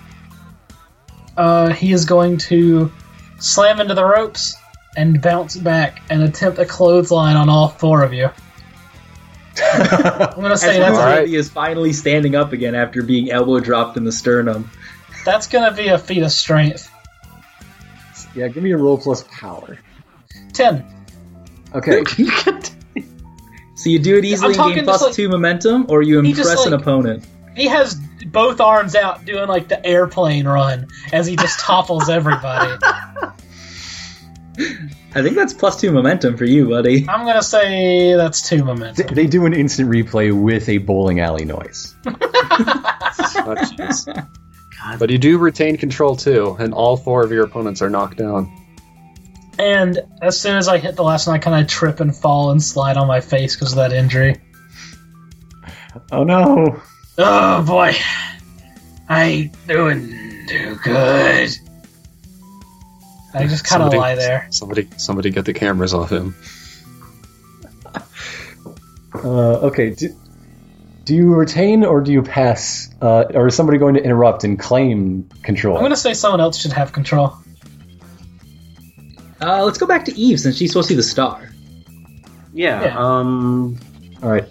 uh, he is going to slam into the ropes and bounce back and attempt a clothesline on all four of you. I'm gonna
As
say that's
All right.
Ruby is finally standing up again after being elbow dropped in the sternum.
that's gonna be a feat of strength.
*laughs* Yeah, give me a roll plus power.
Ten.
Okay.
So you do it easily
I'm
and gain
talking just
plus
like-
two momentum, or you
He just
impress an
like-
opponent.
He has both arms out doing like the airplane run as he just topples everybody.
I think that's plus two momentum for you, buddy.
I'm gonna say that's two momentum.
They do an instant replay with a bowling alley noise.
Oh, jeez. but you do retain control too, and all four of your opponents are knocked down.
And as soon as I hit the last one, I kind of trip and fall and slide on my face because of that injury.
Oh no.
Oh boy, I ain't doing too good. I just kind of
Somebody-
lie there.
Somebody, somebody, get the cameras off him.
Uh, okay. Do, do you retain or do you pass? Uh, or is somebody going to interrupt and claim control?
I'm gonna say someone else should have control.
Uh, let's go back to Eve since she's supposed to be the star.
Yeah,
Yeah.
Um.
All right.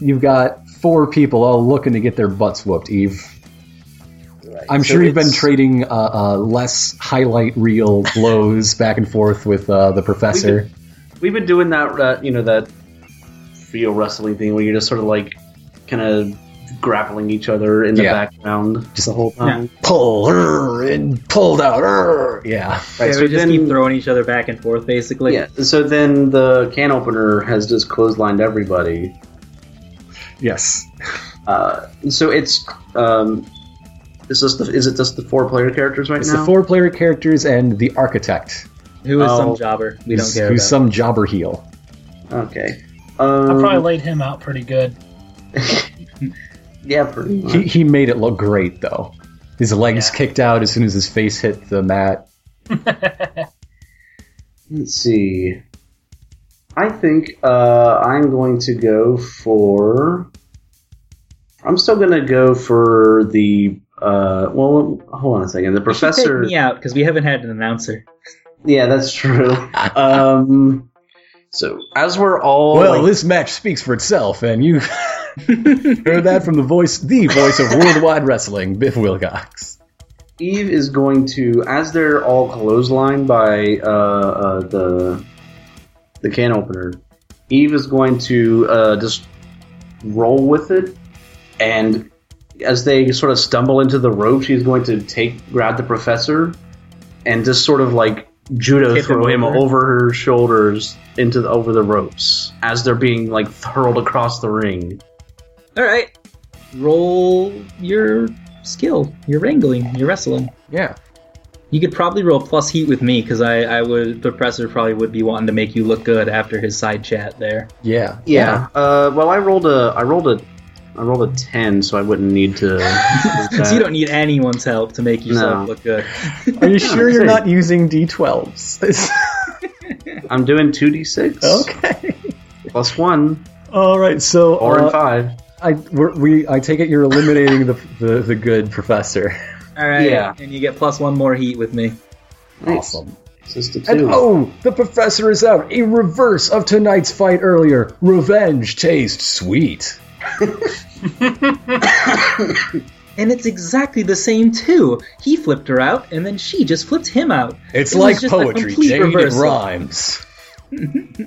You've got four people all looking to get their butts whooped, Eve. I'm
So
sure you've been
it's-
trading uh, uh, less highlight reel blows back and forth with uh, the professor.
We've been doing that. Uh, you know that real wrestling thing where you're just sort of like kind of grappling each other in the
Yeah.
background Um, just the whole time.
Pull er, and pulled out. Er. Yeah.
Right,
yeah,
so
we just
then-
keep throwing each other back and forth, basically.
yeah. So then the can opener has just clotheslined everybody.
Yes.
Uh, so it's um, is this the, is it just the four player characters right
It's
now?
the four player characters and the architect.
Who is some
Oh.
jobber? We don't
who's,
care.
who's
about.
some jobber heel.
Okay.
I
Um,
probably laid him out pretty good.
yeah, pretty much.
He, he made it look great, though. His legs
Yeah.
kicked out as soon as his face hit the mat.
Let's see. I think uh, I'm going to go for. I'm still going to go for the. Uh, well, hold on a second. The
You should
professor.
Take me out because we haven't had an announcer.
Yeah, that's true. *laughs* um, so as we're all
well,
like,
this match speaks for itself, and you *laughs* heard that from the voice, the voice of worldwide wrestling, Biff Wilcox.
Eve is going to, as they're all clotheslined by uh, uh, the the can opener, Eve is going to uh, just roll with it, and as they sort of stumble into the rope, she's going to take grab the professor and just sort of like judo
Tip him
throw him
over.
over her shoulders into the, over the ropes as they're being like hurled across the ring.
All right, roll your skill, your wrangling, your wrestling.
Yeah.
You could probably roll plus heat with me because I, I would. The professor probably would be wanting to make you look good after his side chat there.
Yeah.
Yeah. Uh, well, I rolled a I rolled a I rolled a ten, so I wouldn't
*laughs*
need to.
So you don't need anyone's help to make yourself
No.
look good.
Are you
sure you're not
using D12s?
I'm doing two d
*laughs*
six.
okay.
Plus one,
All right. So uh,
four and five.
I we're, we I take it you're eliminating the the, the good professor.
All right,
Yeah.
and you get plus one more heat with me.
Nice.
Awesome.
It's just a two.
And oh, the professor is out. A reverse of tonight's fight earlier. Revenge tastes sweet.
And it's exactly the same too. He flipped her out, and then she just flipped him out.
It's
It was
like
just a
poetry,
complete
Jane. It
reversal.
rhymes. *laughs*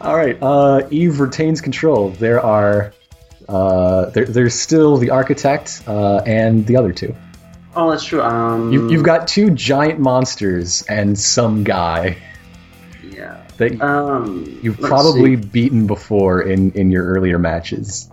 All right. Uh, Eve retains control. There are. Uh, there, there's still the architect uh, and the other two.
Oh, that's true. Um,
You, you've got two giant monsters and some guy
yeah.
that
Um,
you've
let's
probably
see.
beaten before in, in your earlier matches.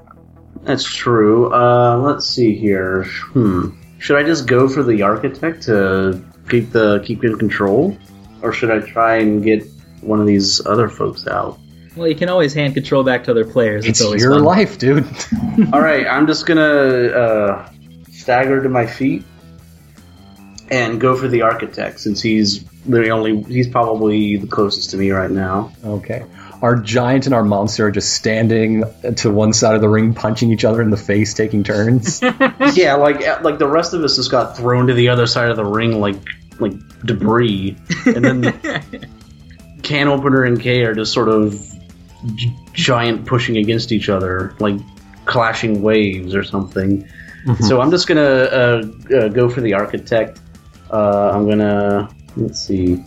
That's true. Uh, let's see here. Hmm. Should I just go for the architect to keep the keep in control, or should I try and get one of these other folks out?
Well, you can always hand control back to other players. It's,
It's
always
your
fun.
life, dude. *laughs*
*laughs* All right, I'm just gonna uh, stagger to my feet and go for the architect since he's the only he's probably the closest to me right now.
okay. Our giant and our monster are just standing to one side of the ring, punching each other in the face, taking turns.
*laughs* yeah, like eh, like the rest of us just got thrown to the other side of the ring like like debris, and then can opener and K are just sort of g- giant pushing against each other, like clashing waves or something. So I'm just gonna uh, uh, go for the architect. Uh, I'm gonna let's see.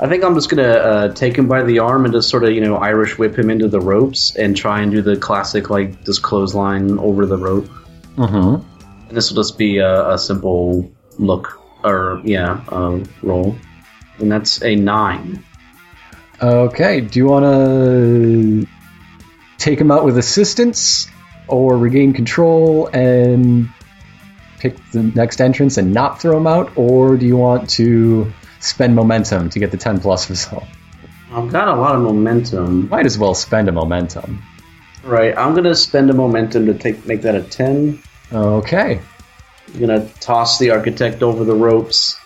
I think I'm just gonna uh, take him by the arm and just sort of you know Irish whip him into the ropes and try and do the classic like just clothesline over the rope.
*laughs* Mm-hmm.
And this will just be a, a simple look, or yeah, um, roll. And that's a nine.
Okay. Do you want to take him out with assistance or regain control and pick the next entrance and not throw him out? Or do you want to spend momentum to get the 10 plus *laughs* result?
I've got a lot of momentum.
Might as well spend a momentum.
Right, I'm gonna spend a momentum to take make that a ten.
Okay.
I'm gonna toss the architect over the ropes,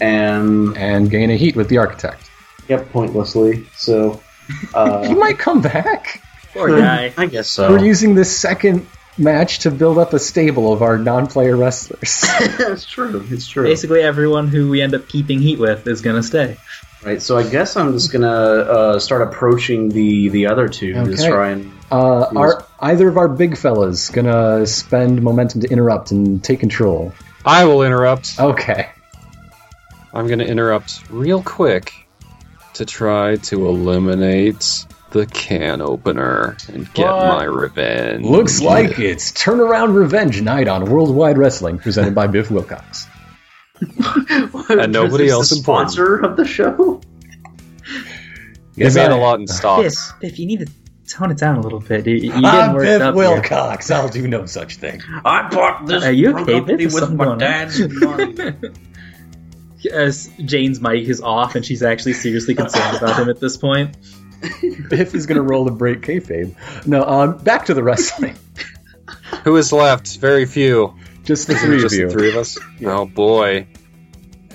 and
And gain a heat with the architect.
yep, pointlessly. So,
He
uh,
might come back.
*laughs* Poor guy.
I guess so.
We're using this second match to build up a stable of our non player wrestlers. *laughs*
*laughs* it's true. It's true.
Basically, everyone who we end up keeping heat with is gonna stay.
Right. So I guess I'm just gonna uh, start approaching the the other two to
Okay.
try and
Uh,
Yes.
are either of our big fellas gonna spend momentum to interrupt and take control?
I will interrupt.
Okay.
I'm going to interrupt real quick to try to eliminate the can opener and get
What?
my revenge.
Looks like it's Turnaround Revenge Night on Worldwide Wrestling, presented by Biff Wilcox.
And nobody
*laughs* Is this
else
the
important.
sponsor of the show.
*laughs*
They
Yes,
made
I-
a lot in
Biff,
stocks.
Biff, you need to tone it down a little bit. You, you getting
I'm
worked
Ah, Biff
up here.
Wilcox. I'll do no such thing.
I bought this
Are you okay,
company
Vince? Is
with
something
my
going on?
dad's money.
*laughs* As Jane's mic is off, and she's actually seriously concerned about him at this point.
*laughs* Biff is gonna roll to break kayfabe. No, um, back to the wrestling. *laughs*
Who is left? Very few.
Just the
Is it
three of
just the
you.
three of us. Oh boy,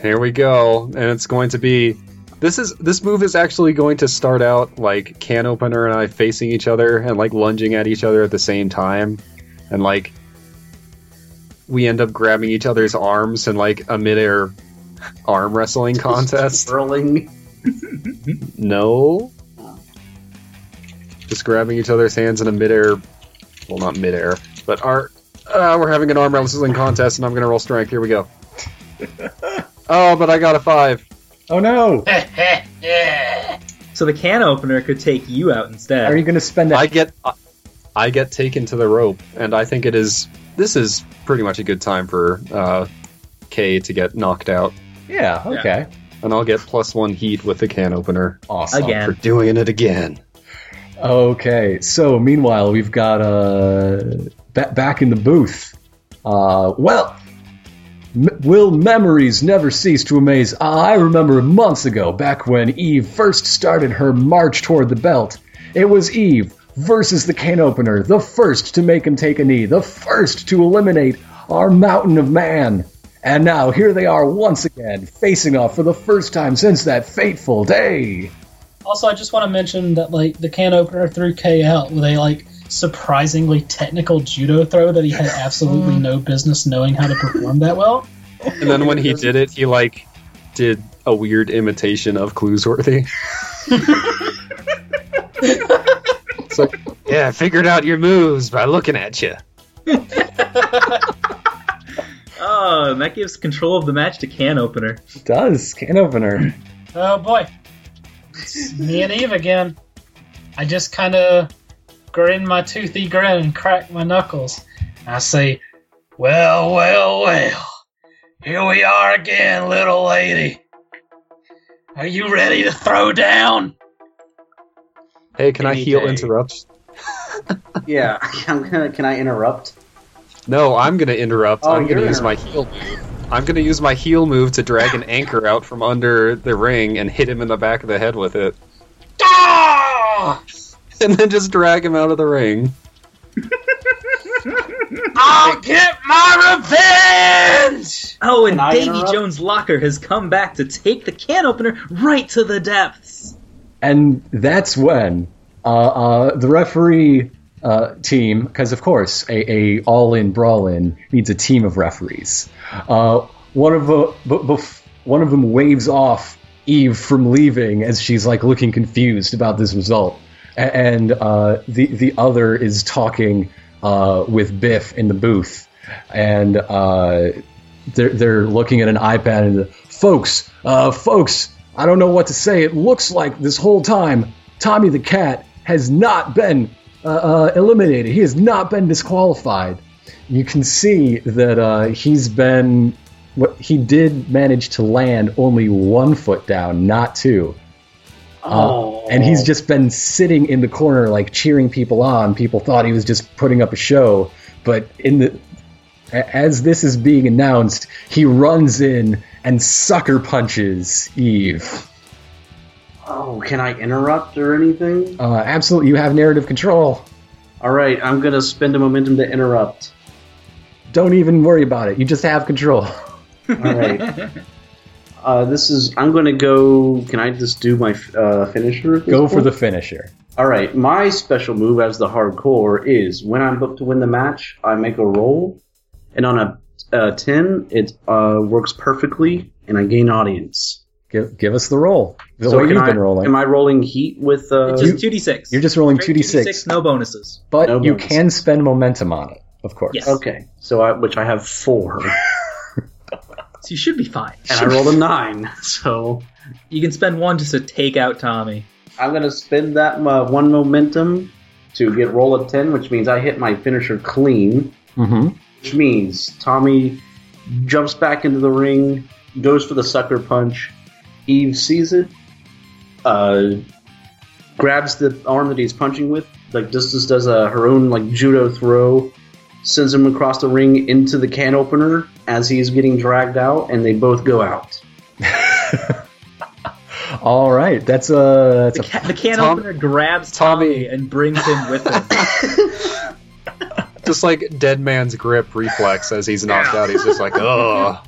here we go, and it's going to be. This is this move is actually going to start out like can opener and I facing each other and like lunging at each other at the same time, and like we end up grabbing each other's arms in like a midair arm *laughs* wrestling contest.
Swirling.
No, just grabbing each other's hands in a midair. Well, not midair, but our uh, we're having an arm wrestling contest, and I'm gonna roll strength. Here we go. oh, but I got a five.
Oh no!
So the can opener could take you out instead.
Are you gonna spend?
I
A-
get I- I get taken to the rope, and I think it is this is pretty much a good time for uh, K to get knocked out,
yeah.
Yeah.
Okay.
and I'll get plus one heat with the can opener
Awesome.
Again.
for doing it again.
Okay, so meanwhile, we've got uh, ba- back in the booth. Uh, well, m- will memories never cease to amaze? I remember months ago, back when Eve first started her march toward the belt, it was Eve versus the can opener, the first to make him take a knee, the first to eliminate our mountain of man. And now here they are once again, facing off for the first time since that fateful day.
Also, I just want to mention that like the can opener threw K out with a like surprisingly technical judo throw that he had absolutely no business knowing how to perform that well.
And then when he did it, he like did a weird imitation of Cluesworthy. *laughs* it's like, yeah, I figured out your moves by looking at you.
Oh, and that gives control of the match to can opener.
It does, can opener.
Oh boy, it's me and Eve again. I just kind of grin my toothy grin and crack my knuckles. I say, Well, well, well. Here we are again, little lady. Are you ready to throw down?
Hey, can I
Any
heal
day.
interrupt?
*laughs* Yeah, I'm gonna. Can I interrupt?
No, I'm gonna interrupt.
Oh,
I'm gonna
you're
use my heal move. I'm gonna use my heal move to drag an anchor out from under the ring and hit him in the back of the head with it. *laughs*
Ah!
And then just drag him out of the ring.
I'll get my revenge!
Oh, and
Can I
Davy
interrupt?
Jones' locker has come back to take the can opener right to the depths.
And that's when uh, uh, the referee uh, team, because of course a, a all in brawl in needs a team of referees. Uh, one of the, b- bef- one of them waves off Eve from leaving as she's like looking confused about this result, A- and uh, the the other is talking uh, with Biff in the booth, and. Uh, they're, they're looking at an iPad and folks, uh, folks, I don't know what to say. It looks like this whole time Tommy the Cat has not been uh, uh, eliminated. He has not been disqualified. You can see that uh, he's been what he did manage to land only one foot down, not two. Uh,
Oh,
And he's just been sitting in the corner, like cheering people on. People thought he was just putting up a show, but in the a- as this is being announced, he runs in and sucker punches Eve.
Oh, can I interrupt or anything?
Uh, absolutely, you have narrative control.
All right, I'm gonna spend a momentum to interrupt.
Don't even worry about it. You just have control.
All
*laughs*
right. Uh, this is. I'm gonna go. Can I just do my uh, finisher? at this
Go for
point?
the finisher.
All right, my special move as the hardcore is when I'm booked to win the match, I make a roll, and on a, uh ten, it uh, works perfectly, and I gain audience.
Give, give us the roll. The way
can
you've
I,
been rolling.
Am I rolling heat with? Uh,
It's just 2d6.
You're just rolling
Straight
2d6,
no bonuses.
but
no
you
bonus.
can spend momentum on it, of course.
Yes.
okay, so I, which I have four, and
So you should be fine.
I rolled *laughs* a nine, so
You can spend one just to take out Tommy.
I'm gonna spend that uh, one momentum to get roll a ten, which means I hit my finisher clean,
hmm
which means Tommy jumps back into the ring, goes for the sucker punch. Eve sees it, uh, grabs the arm that he's punching with, like just just does a, her own like judo throw, sends him across the ring into the can opener as he's getting dragged out, and they both go out.
All right. That's a. That's
The,
a
ca- the can
Tom-
opener grabs
Tommy.
Tommy and brings him with him.
Just like dead man's grip reflex as he's knocked out. He's just like, oh,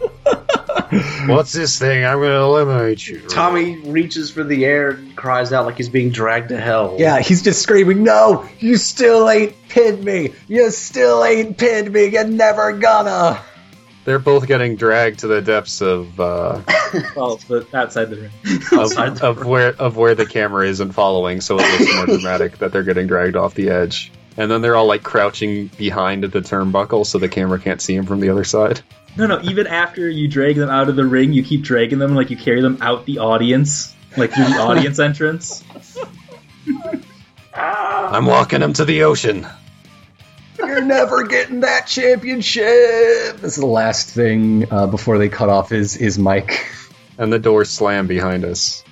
what's this thing? I'm gonna eliminate you.
Tommy reaches for the air and cries out like he's being dragged to hell.
Yeah, he's just screaming, No, you still ain't pinned me. You still ain't pinned me. You're never gonna.
They're both getting dragged to the depths of uh,
well, but outside the ring.
of, of where of where the camera isn't following, so it looks more dramatic that they're getting dragged off the edge. And then they're all like crouching behind the turnbuckle, so the camera can't see them from the other side.
No, no. Even after you drag them out of the ring, you keep dragging them like you carry them out the audience, like through the audience entrance.
I'm walking them to the ocean.
You're never getting that championship. This is the last thing uh, before they cut off his, his mic.
And the doors slam behind us.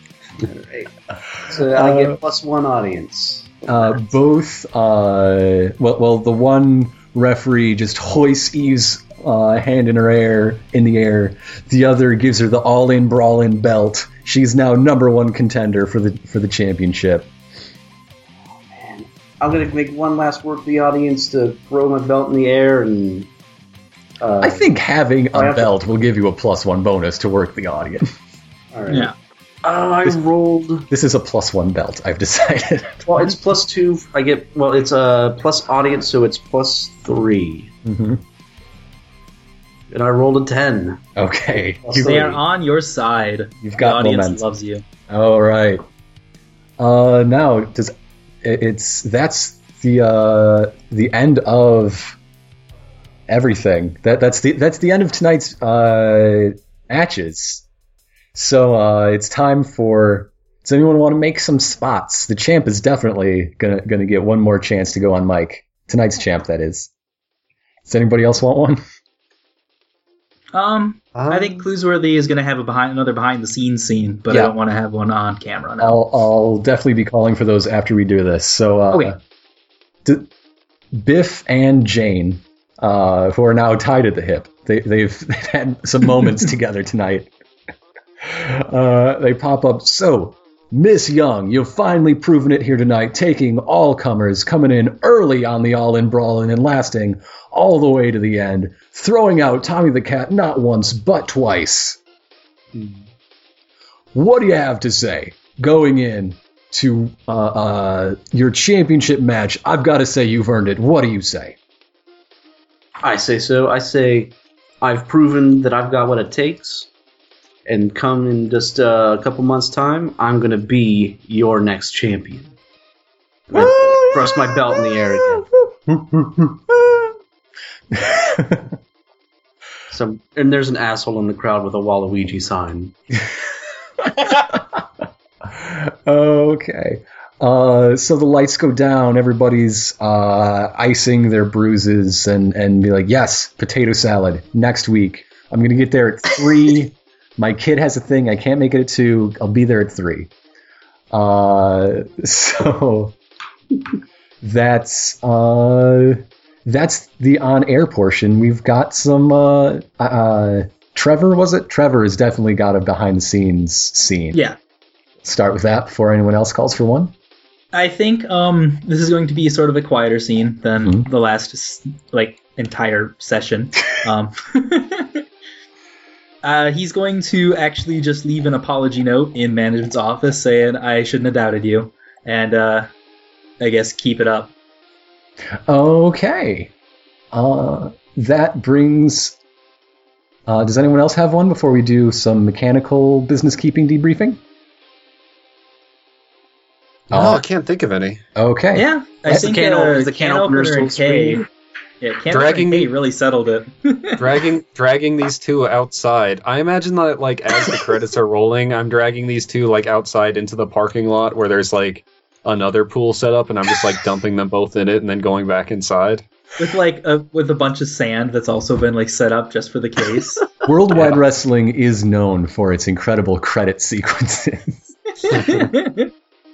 So I get plus one audience.
Uh, both, uh, well, well, the one referee just hoists Eve's uh, hand in her air, in the air. The other gives her the all-in brawl-in belt. She's now number one contender for the for the championship.
I'm gonna make one last work for the audience to throw my belt in the air and. Uh,
I think having
I
a
have to-
belt will give you a plus one bonus to work the audience.
all right.
Yeah.
Oh, I rolled.
This is a plus one belt, I've decided.
Well, it's plus two. I get. Well, it's uh, plus audience, so it's plus three.
hmm
And I rolled a ten.
*laughs* Okay.
Plus
You,
They are on your side.
you've
The
got
audience
momentum.
loves you.
All right. Uh, now, does it- it's that's the uh, the end of everything. That that's the that's the end of tonight's uh, matches. So uh, it's time for. Does anyone want to make some spots? The champ is definitely gonna gonna get one more chance to go on mic tonight's champ. That is. Does anybody else want one?
Um, I think Cluesworthy is going to have a behind another behind the scenes scene, but I
Yeah.
don't want to have one on camera now.
I'll, I'll definitely be calling for those after we do this. So, uh,
Okay.
d- Biff and Jane, uh, who are now tied at the hip, they, they've, *laughs* they've had some moments together tonight. Uh, they pop up. So, Miss Young, you've finally proven it here tonight, taking all comers, coming in early on the all in brawl and then lasting all the way to the end, throwing out Tommy the Cat not once, but twice. What do you have to say going in to uh, uh, your championship match? I've got to say, you've earned it. What do you say?
I say so. I say I've proven that I've got what it takes, and come in just uh, a couple months' time, I'm gonna be your next champion. And I thrust my belt in the air again.
*laughs*
So, and there's an asshole in the crowd with a Waluigi sign.
okay. Uh, so the lights go down. Everybody's uh, icing their bruises and and be like, yes, potato salad next week. I'm gonna get there at three. My kid has a thing. I can't make it at two. I'll be there at three. Uh, *laughs* so that's uh, that's the on-air portion. We've got some. Uh, uh, Trevor was it? Trevor has definitely got a behind-the-scenes scene
Yeah,
start with that before anyone else calls for one.
I think um this is going to be sort of a quieter scene than
Hmm?
Mhm.
the last s- like entire session. um, *laughs* uh, he's going to actually just leave an apology note in management's office saying I shouldn't have doubted you, and uh, I guess keep it up.
Okay. Uh, that brings. Uh, does anyone else have one before we do some mechanical business keeping debriefing?
Oh, I can't think of any.
Uh, Okay.
Yeah, I
Is
the
think
can
uh,
op- is the can opener still
and K.
screaming?
Yeah, can
Dragging
opener and K
me-
really settled it.
dragging dragging these two outside. I imagine that like as the credits are rolling, I'm dragging these two like outside into the parking lot where there's like another pool set up, and I'm just like dumping them both in it and then going back inside.
*laughs* with like a with a bunch of sand that's also been like set up just for the
*laughs*
case.
Worldwide Wrestling is known for its incredible credit sequences.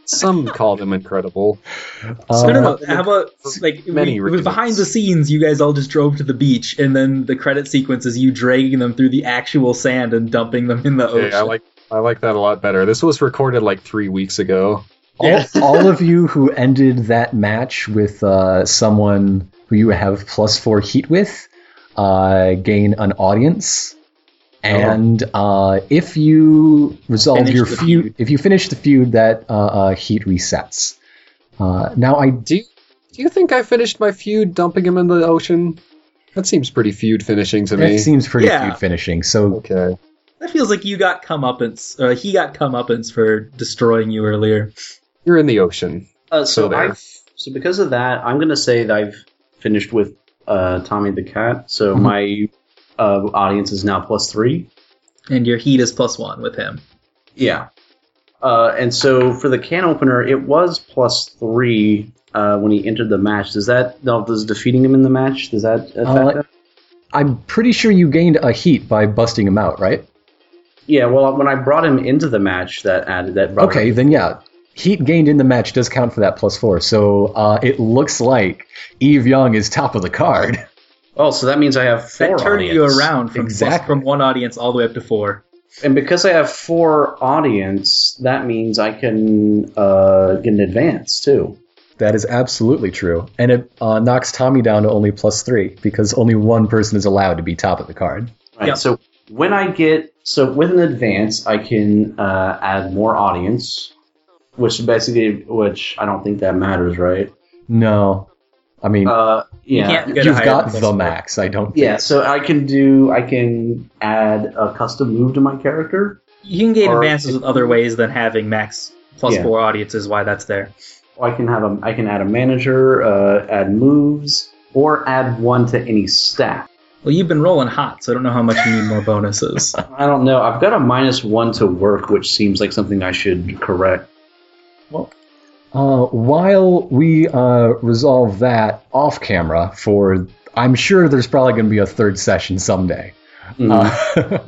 Some call them incredible.
I
Uh,
don't know. How about like
Many
we,
reasons.
with behind the scenes, you guys all just drove to the beach, and then the credit sequence is you dragging them through the actual sand and dumping them in the ocean.
Yeah, I like I like that a lot better. This was recorded like three weeks ago.
all, all of you who ended that match with uh, someone who you have plus four heat with uh, gain an audience. And uh, if you resolve
Finish
your
the
feud,
feud.
if you finish the feud, that uh, uh, heat resets. Uh, now I
Do you think I finished my feud dumping him in the ocean? That seems pretty feud finishing to me.
that seems pretty
Yeah.
feud finishing. So
okay.
that feels like you got comeuppance. Uh, he got comeuppance for destroying you earlier.
You're in the ocean.
Uh, so
So there.
I, so because of that, I'm gonna say that I've finished with uh, Tommy the Cat. So
Mhm.
my uh, audience is now plus three.
And your heat is plus one with him.
Yeah. Uh, and so for the can opener, it was plus three uh, when he entered the match. Does that now does defeating him in the match? Does that affect
Uh,
that?
I'm pretty sure you gained a heat by busting him out, right?
Yeah. Well, when I brought him into the match, that added that. brought
Okay,
him-
then yeah, heat gained in the match does count for that plus four. So uh, it looks like Eve Young is top of the card. *laughs*
Oh, so that means I have four.
That turned you
audience.
around from plus-
Exactly.
from one audience all the way up to four.
And because I have four audience, that means I can uh, get an advance too.
That is absolutely true, and it uh, knocks Tommy down to only plus three because only one person is allowed to be top of the card.
Right.
Yeah.
So when I get so with an advance, I can uh, add more audience, which basically, which I don't think that matters, right?
No, I mean
Uh, yeah.
You can't get a
you've
higher
got
plus
the
four.
max. I don't.
Yeah, so I can do. I can add a custom move to my character.
You can gain
Or-
advances in other ways than having max plus
Yeah.
four audiences. Why that's there.
Or I can have a. I can add a manager. Uh, add moves, or add one to any stat.
Well, you've been rolling hot, so I don't know how much you need
*laughs*
more bonuses.
I don't know. I've got a minus one to work, which seems like something I should correct.
Uh, while we uh, resolve that off camera, for I'm sure there's probably going to be a third session someday. Uh,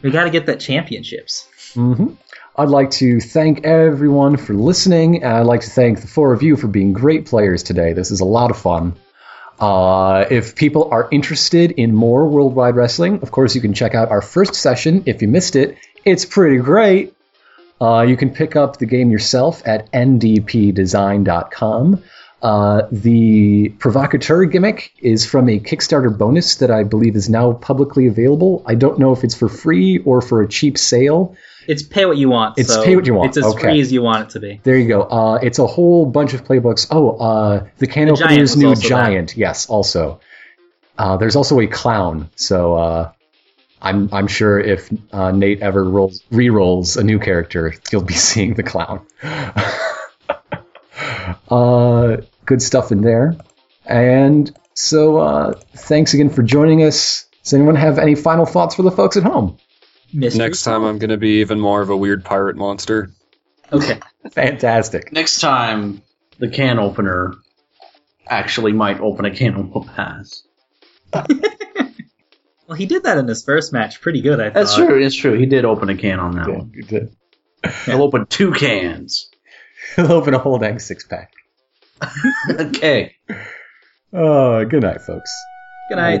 We got to get that championships.
Mhm. I'd like to thank everyone for listening, and I'd like to thank the four of you for being great players today. This is a lot of fun. Uh, if people are interested in more worldwide wrestling, of course, you can check out our first session if you missed it. It's pretty great. Uh, you can pick up the game yourself at ndpdesign.com. Uh, the provocateur gimmick is from a Kickstarter bonus that I believe is now publicly available. I don't know if it's for free or for a cheap sale.
It's pay what you want.
It's
so
pay what you want,
It's as
okay.
free as you want it to be.
There you go. Uh, it's a whole bunch of playbooks. Oh, uh, the can
The Giant
opener's
was
new
also there.
giant. Yes, also. Uh, there's also a clown. So uh, I'm I'm sure if uh, Nate ever rolls re-rolls a new character, you'll be *laughs* seeing the clown. uh, good stuff in there. And so uh, thanks again for joining us. Does anyone have any final thoughts for the folks at home?
Mystery.
Next time, I'm gonna be even more of a weird pirate monster.
Okay.
Fantastic.
Next time, the can opener actually might open a can and will pass.
Well, he did that in his first match pretty good, I thought.
That's true. It's true. He did open a can on that one. He'll open two cans. *laughs*
He'll *laughs* open a whole dang six pack.
okay.
Oh, good night, folks.
Good night.